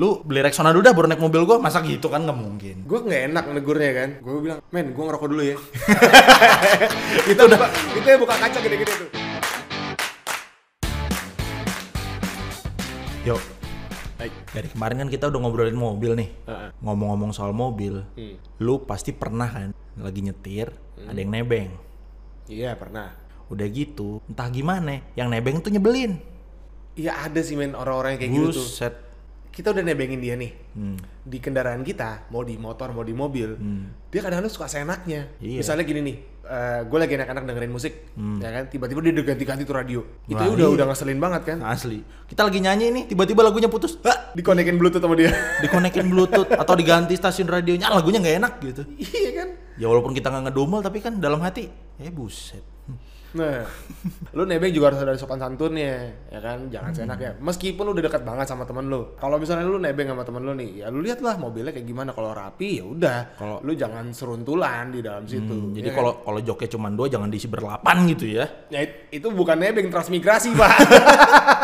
lu beli Rexona dulu dah baru naik mobil gua masa gitu kan nggak mungkin Gue nggak enak negurnya kan. Gue bilang, men, gue ngerokok dulu ya. itu udah itu ya buka kaca gede-gede tuh. yuk Baik. dari kemarin kan kita udah ngobrolin mobil nih Heeh. Hmm. ngomong-ngomong soal mobil lu pasti pernah kan lagi nyetir ada yang nebeng Iya pernah. udah gitu entah gimana yang nebeng tuh nyebelin Iya ada sih men orang-orang yang kayak gitu tuh. buset Kita udah nebengin dia nih. Hmm. Di kendaraan kita, mau di motor, mau di mobil, dia kadang-kadang suka seenaknya. Hmm. Iya. Hmm. Misalnya gini nih, gue lagi enak-enak dengerin musik, ya kan, tiba-tiba dia udah ganti-ganti tuh radio. Itu Wah, ya udah iya. udah ngeselin banget kan. asli kita lagi nyanyi nih tiba-tiba lagunya putus Hah! Dikonekin bluetooth sama dia. dikonekin bluetooth atau diganti stasiun radionya Ah, lagunya nggak enak gitu iya kan. ya walaupun kita nggak ngedumel tapi kan dalam hati eh buset Nah, lu nebeng juga harus ada sopan santunnya, ya kan? Jangan seenaknya. Meskipun lu udah dekat banget sama temen lu. Kalau misalnya lu nebeng sama temen lu nih, ya lu lihatlah mobilnya kayak gimana. Kalau rapi ya udah. Kalau lu jangan seruntulan di dalam situ. Hmm, jadi ya kalau kalau joknya cuma dua jangan diisi berlapan gitu ya kan? Ya, it- itu bukan nebeng transmigrasi, Pak.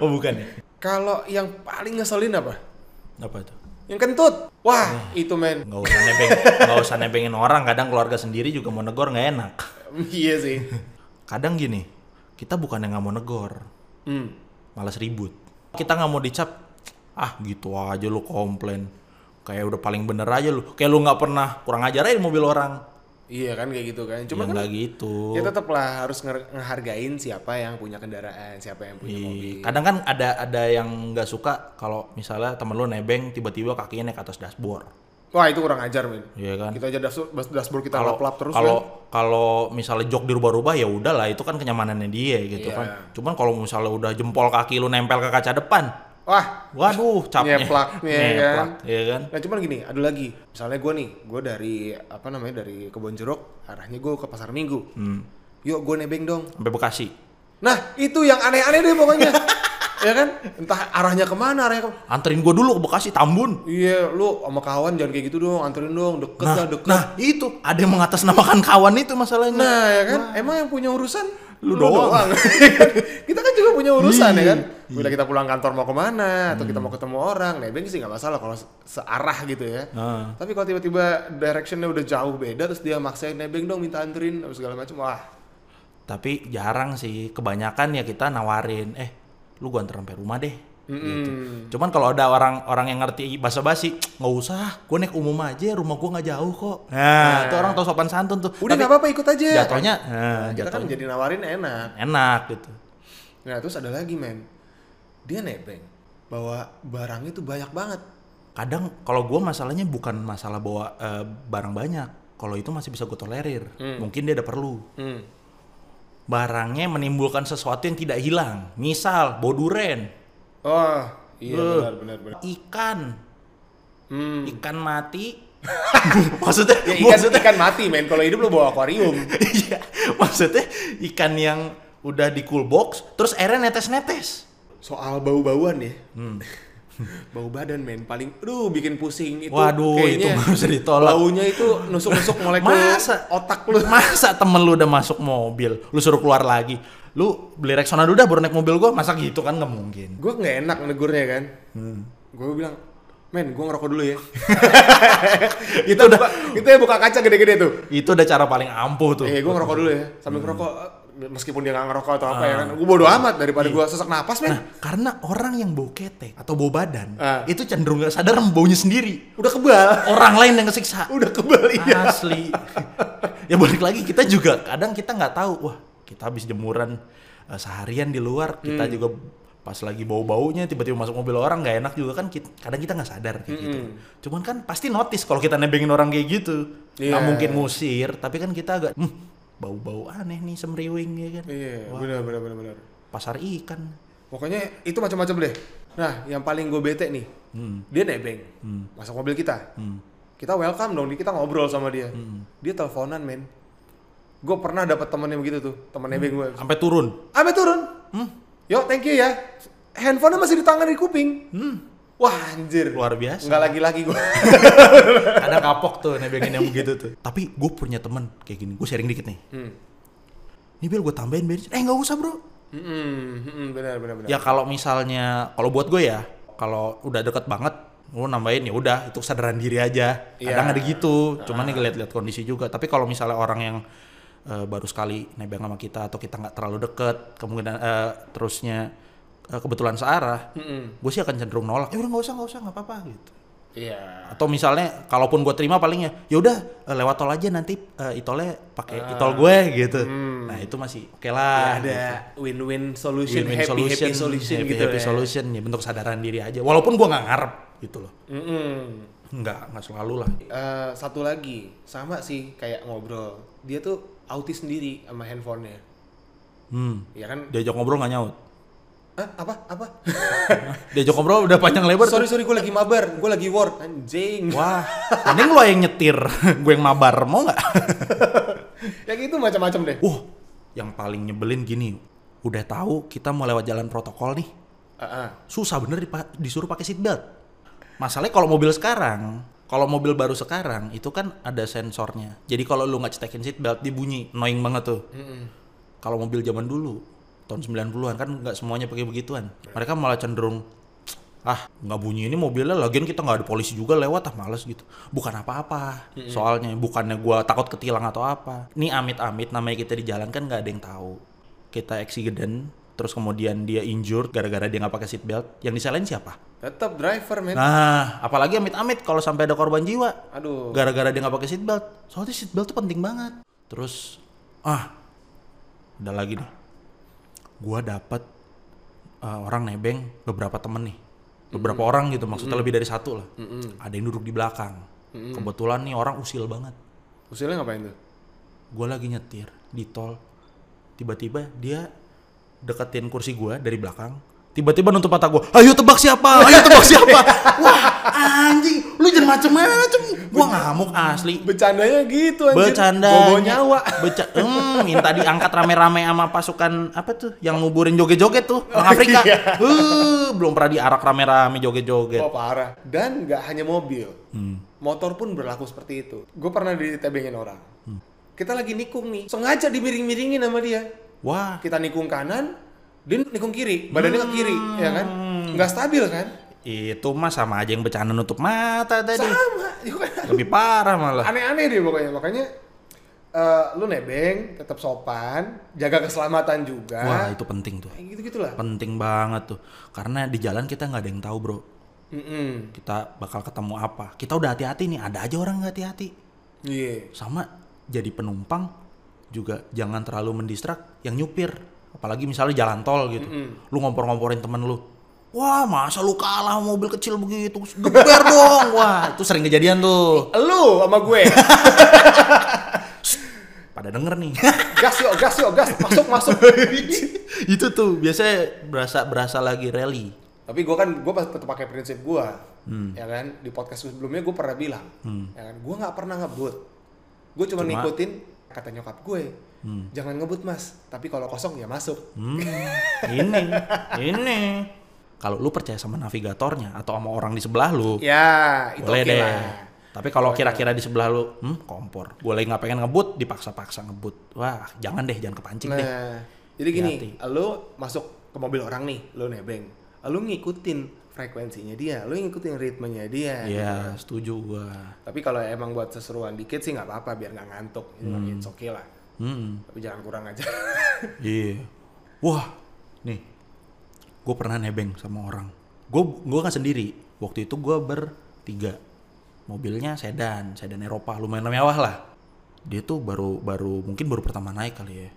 oh bukan ya kalau yang paling ngeselin apa? apa itu Yang kentut. Wah, itu men. nggak usah nebeng nggak usah nebengin orang kadang keluarga sendiri juga mau negor nggak enak iya sih. kadang gini kita bukan yang nggak mau negor Hmm. malas ribut kita nggak mau dicap ah gitu aja lu komplain kayak udah paling bener aja lu kayak lu nggak pernah kurang ajar aja di mobil orang Iya kan kayak gitu kan. Cuma ya kan nggak gitu ya tetaplah harus nge- ngehargain siapa yang punya kendaraan, siapa yang punya Iya. mobil. kadang kan ada ada yang nggak suka kalau misalnya temen lu nebeng tiba-tiba kakinya naik atas dashboard Wah, itu kurang ajar, men. Iya kan kita aja dashboard, dashboard kita kalau lap-lap terus kalau kan. kalau misalnya jok dirubah-rubah ya udahlah itu kan kenyamanannya dia gitu Iya. kan cuman kalau misalnya udah jempol kaki lu nempel ke kaca depan kan. wah waduh capnya Nyeplaknya, ya Nyeplak, kan? iya kan nah cuman gini ada lagi misalnya gue nih gue dari apa namanya dari kebon jeruk arahnya gue ke pasar minggu Hmm. yuk gue nebeng dong sampai Bekasi nah itu yang aneh-aneh deh pokoknya ya kan entah arahnya kemana arahnya kemana. anterin gua dulu ke Bekasi Tambun iya lu sama kawan jangan kayak gitu dong anterin dong deket nah lah deket nah itu ada yang mengatasnamakan kawan itu masalahnya Nah, ya kan? Emang yang punya urusan Lu doang. kita kan juga punya urusan ya Iya, kan? Bila kita pulang kantor mau kemana atau kita mau ketemu orang, nebeng sih nggak masalah kalau se- searah gitu ya. Heeh. Tapi kalau tiba-tiba directionnya udah jauh beda, terus dia maksain nebeng dong minta anterin apa segala macam, wah tapi jarang sih kebanyakan ya kita nawarin eh lu gua anter sampai rumah deh gitu. cuman kalau ada orang orang yang ngerti bahasa basi nggak usah gua naik umum aja rumah gua nggak jauh kok nah, itu orang tau sopan santun tuh Tapi udah nggak apa-apa ikut aja. jatuhnya Nah, nah, kita kan jatuhnya jadi nawarin enak. enak gitu Nah terus ada lagi men, dia nebeng bawa barangnya tuh banyak banget. kadang kalau gua masalahnya bukan masalah bawa eh, barang banyak kalau itu masih bisa gue tolerir mungkin dia ada perlu Hmm. barangnya menimbulkan sesuatu yang tidak hilang misal bawa duren Oh iya Eh. benar benar benar. ikan Hmm. ikan mati maksudnya Ya, ikan, maksudnya ikan mati men, kalau hidup lu bawa akuarium. iya, maksudnya ikan yang udah di cool box terus airnya netes netes Soal bau-bauan ya. Bau badan men, paling aduh bikin pusing itu. Waduh, itu kayaknya nggak bisa ditolak. Baunya itu nusuk-nusuk molekul Masa? otak lu. masa temen lu udah masuk mobil lu suruh keluar lagi lu beli Rexona dulu dah baru naik mobil gua masa gitu kan nggak mungkin Gue nggak enak negurnya kan. Gue bilang, men gue ngerokok dulu ya. itu udah itu ya buka kaca gede-gede tuh. itu udah cara paling ampuh tuh Eh gue ngerokok dulu ya, sambil ngerokok eh, meskipun dia nggak ngerokok atau apa ya kan. Gue bodo amat daripada gue sesak napas men. nah karena orang yang bau ketek atau bau badan Ah. itu cenderung nggak sadar sama baunya sendiri Udah kebal. orang lain yang kesiksa Udah kebal iya. asli ya balik lagi kita juga kadang kita nggak tahu wah kita habis jemuran eh, seharian di luar kita Hmm. juga pas lagi bau baunya tiba-tiba masuk mobil orang nggak enak juga kan kit- kadang kita nggak sadar kayak gitu Hmm. cuman kan pasti notice kalau kita nebengin orang kayak gitu nggak Iya. mungkin ngusir tapi kan kita agak "Hmm, bau-bau aneh nih semriwing ya kan Iya, benar benar benar benar. pasar ikan Pokoknya itu macam-macam deh. Nah, yang paling gue bete nih, dia nebeng, masuk mobil kita. Kita welcome dong, kita ngobrol sama dia. Dia teleponan men. Gue pernah dapat temennya begitu tuh, temen nebeng gue. sampai turun Abe turun. Yo, thank you ya. Handphonenya masih di tangan di kuping. Hmm. Wah anjir. Luar biasa. Nggak lagi-lagi gue. kadang kapok tuh nebengin yang begitu tuh tapi gue punya temen kayak gini gue sharing dikit nih Hmm. ini bil gue tambahin bensin eh nggak usah bro Hmm, benar benar benar. Ya kalau misalnya kalau buat gue ya, kalau udah deket banget lu nambahin ya udah itu kesadaran diri aja kadang Iya. ada gitu cuman nih lihat-lihat kondisi juga tapi kalau misalnya orang yang eh, baru sekali nebeng sama kita atau kita nggak terlalu deket kemungkinan eh, terusnya eh, kebetulan searah Hmm. gue sih akan cenderung nolak Hmm. ya udah nggak usah nggak usah nggak apa-apa gitu Iya. atau misalnya kalaupun gue terima palingnya ya udah eh, lewat tol aja nanti eh, itolnya pakai itol gue gitu nah itu masih oke lah gitu. Ah. Hmm. Ya Ada Gitu. win-win solution, Win-win happy happy solution happy, gitu happy ya. solution ya bentuk kesadaran diri aja walaupun gua nggak ngarep gitu loh Mm-mm. nggak nggak selalu lah Eh, satu lagi sama sih kayak ngobrol. Dia tuh autis sendiri sama handphonenya. hmm. Ya kan? diajak ngobrol nggak nyaut Hah? apa? Apa? diajak ngobrol udah panjang lebar tuh. sorry sorry gue lagi mabar, gue lagi war anjing. wah mending lo yang nyetir gue yang mabar mau nggak ya gitu macam-macam deh. uh yang paling nyebelin gini udah tahu kita mau lewat jalan protokol nih Ah, ah. susah bener dipa- disuruh pakai seatbelt masalahnya kalau mobil sekarang kalau mobil baru sekarang itu kan ada sensornya jadi kalau lu nggak cetekin seatbelt dibunyi annoying banget tuh Mm-mm. kalau mobil zaman dulu tahun 90-an kan nggak semuanya pakai begituan. Mereka malah cenderung ah nggak bunyi ini mobilnya lagian kita nggak ada polisi juga lewat ah males gitu bukan apa-apa soalnya bukannya gua takut ketilang atau apa ini amit-amit namanya kita di jalan kan nggak ada yang tahu kita accident terus kemudian dia injured gara-gara dia nggak pakai seatbelt yang disalahin siapa Tetap driver men. nah apalagi amit-amit kalau sampai ada korban jiwa Aduh. gara-gara dia nggak pakai seatbelt soalnya seatbelt tuh penting banget terus ah ada lagi nih gua dapat eh, orang nebeng beberapa temen nih beberapa orang gitu maksudnya lebih dari satu lah ada yang duduk di belakang kebetulan nih orang usil banget Usilnya ngapain tuh? gua lagi nyetir di tol tiba-tiba dia deketin kursi gua dari belakang tiba-tiba nutup mata gua ayo tebak siapa ayo tebak siapa wah anjing lu jangan macem-macem gua ngamuk asli Bercandanya gitu anjir. bercanda Bobo nyawa. Beca Hmm, minta diangkat rame-rame sama pasukan apa tuh yang nguburin joget-joget tuh orang Oh, Afrika iya. Huh, belum pernah diarak rame-rame joget-joget Oh parah. Dan nggak hanya mobil, motor pun berlaku seperti itu. Gue pernah ditebengin orang. Kita lagi nikung nih, sengaja dimiring-miringin sama dia. wah Kita nikung kanan, dia nikung kiri, badannya ke kiri, ya kan? Nggak stabil kan? itu mah sama aja yang bercanda nutup mata tadi Sama, ya kan? lebih parah malah Aneh-aneh deh pokoknya. Makanya eh, lu nebeng, tetap sopan, jaga keselamatan juga. wah itu penting tuh Kayak gitu-gitulah. penting banget tuh karena di jalan kita nggak ada yang tahu bro Mm-mm. kita bakal ketemu apa kita udah hati-hati nih ada aja orang nggak hati-hati Iya. sama jadi penumpang juga jangan terlalu mendistrak yang nyupir apalagi misalnya jalan tol gitu lu ngompor-ngomporin temen lu wah masa lu kalah sama mobil kecil begitu geber dong wah itu sering kejadian tuh Lu sama gue. pada denger nih gas yuk, gas yuk, gas. Masuk, masuk. itu tuh biasanya berasa berasa lagi rally tapi gue kan gue tetap pakai prinsip gue Hmm. ya kan di podcast sebelumnya gue pernah bilang ya kan gue nggak pernah ngebut gue cuma, Cuma- ngikutin kata nyokap gue jangan ngebut mas tapi kalau kosong ya masuk Hmm, ini ini kalau lu percaya sama navigatornya atau sama orang di sebelah lu ya itu boleh oke deh lah tapi kalau kira-kira di sebelah lu hmm, kompor gue lagi nggak pengen ngebut dipaksa-paksa ngebut wah jangan deh jangan kepancing deh nah jadi gini Hati-hati. lo masuk ke mobil orang nih lo nebeng lo ngikutin frekuensinya dia lo ngikutin ritmenya dia Iya, setuju gua. tapi kalau emang buat seseruan dikit sih nggak apa-apa biar nggak ngantuk itu it's okay lah Hmm, tapi jangan kurang aja iya. Wah, nih, gue pernah nebeng sama orang. Gue gua nggak sendiri. Waktu itu gua bertiga. Mobilnya sedan, sedan Eropa, lumayan mewah lah. Dia tuh baru baru mungkin baru pertama naik kali ya.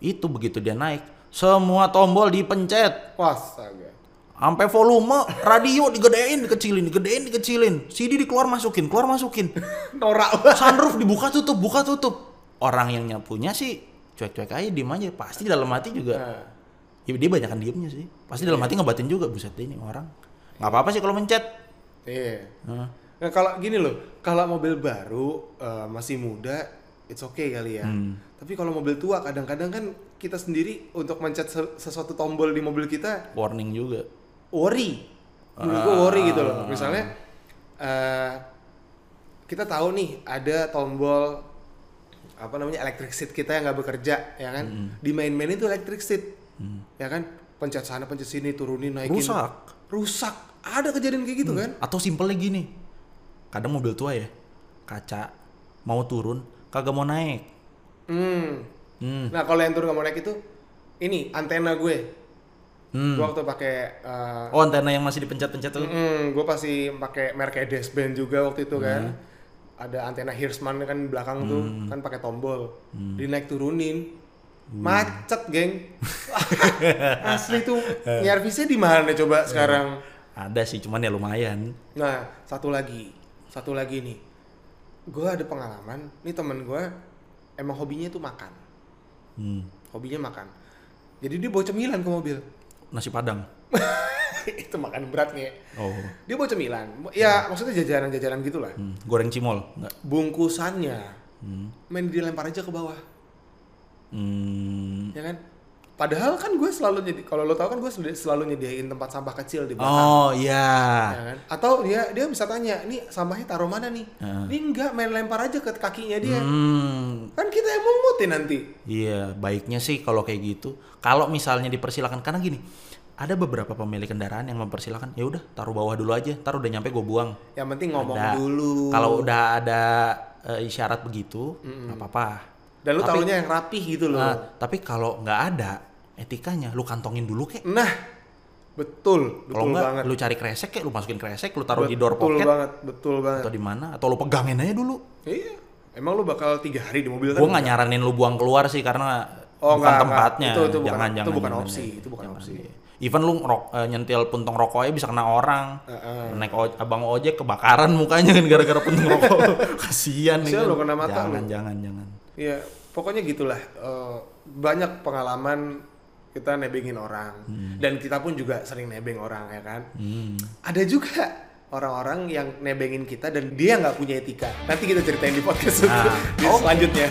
Itu begitu dia naik, semua tombol dipencet. Astaga. Sampai volume radio digedein, dikecilin, digedein, dikecilin. CD dikeluar masukin, keluar masukin. norak banget. Sunroof dibuka tutup, buka tutup. Orang yang nyapunya sih cuek-cuek aja, diem aja. Pasti dalam hati juga. Nah, Ya, dia banyak diemnya sih. Pasti dalam hati ngebatin juga buset deh ini orang. Nggak apa-apa sih kalau mencet. iya. Hah. Nah, kalau gini loh, kalau mobil baru eh, masih muda, it's okay kali ya. Hmm. Tapi kalau mobil tua kadang-kadang kan kita sendiri untuk mencet se- sesuatu tombol di mobil kita Warning juga. worry. Menurut gue worry gitu loh. Ah. Misalnya eh, kita tahu nih ada tombol apa namanya electric seat kita yang nggak bekerja ya kan Hmm. dimain-mainin itu electric seat ya kan pencet sana pencet sini turunin naikin Rusak. Hmm. rusak Ada kejadian kayak gitu kan? Atau simpelnya gini. Kadang mobil tua ya, kaca mau turun kagak mau naik. Hmm. Hmm. Nah kalau yang turun nggak mau naik itu, ini antena gue. Hmm. Gua waktu pakai eh, Oh, antena yang masih dipencet-pencet tuh. Mm, gue pasti pakai merek Edes Band juga waktu itu kan. Hmm. Ada antena Hirschman kan di belakang tuh, kan pakai tombol. Hmm. Dinaik turunin. Macet, geng. Asli tuh nyervisnya di mana Hmm. coba sekarang? Ada sih, cuman ya lumayan. Nah, satu lagi. Satu lagi nih. Gue ada pengalaman, nih temen gue emang hobinya tuh makan. Hmm. Hobinya makan. Jadi dia bawa cemilan ke mobil. Nasi Padang. itu makan berat nih. Oh. Dia bawa cemilan. Ya, maksudnya jajanan-jajanan gitu lah. Hmm. Goreng cimol. Enggak. bungkusannya Hmm. main dilempar aja ke bawah Hmm. ya kan padahal kan gue selalu nyedi kalau lo tau kan gue sel- selalu nyediain tempat sampah kecil di belakang Oh, iya. ya kan? atau dia dia bisa tanya ini sampahnya taruh mana nih Heeh. ini enggak main lempar aja ke kakinya dia Hmm. kan kita yang memutin nanti Iya, baiknya sih kalau kayak gitu. Kalau misalnya dipersilakan karena gini, ada beberapa pemilik kendaraan yang mempersilahkan, ya udah taruh bawah dulu aja, taruh udah nyampe gue buang. yang penting ngomong Ada. dulu Kalau udah ada eh, isyarat begitu, nggak apa-apa. dan lu Tapi- taunya yang rapih gitu loh Nah, tapi kalau nggak ada etikanya, lu kantongin dulu kek. nah Kalau betul betul banget nggak, lu cari kresek kek, lu masukin kresek, lu taruh di door betul pocket banget betul banget atau di mana, atau lu pegangin aja dulu. iya emang lu bakal tiga hari di mobil kan? Gue nggak nyaranin lu buang keluar sih karena Oh, bukan nggak, nggak. tempatnya. Itu- itu bukan- jangan, itu jangan, bukan jangan, opsi, jangan. itu bukan opsi. Even lu ngerok- eh, nyentil puntung rokoknya bisa kena orang. Heeh. Naik o- abang ojek kebakaran mukanya kan gara-gara puntung rokok. Kasihan nih. Kasihan kan. lu kena mata Jangan, lu. jangan, jangan. Ya, pokoknya gitulah. Eh, banyak pengalaman kita nebengin orang dan kita pun juga sering nebeng orang ya kan. Hmm. Ada juga orang-orang yang Ah. nebengin kita dan dia nggak punya etika. Nanti kita ceritain di podcast Nah, di selanjutnya.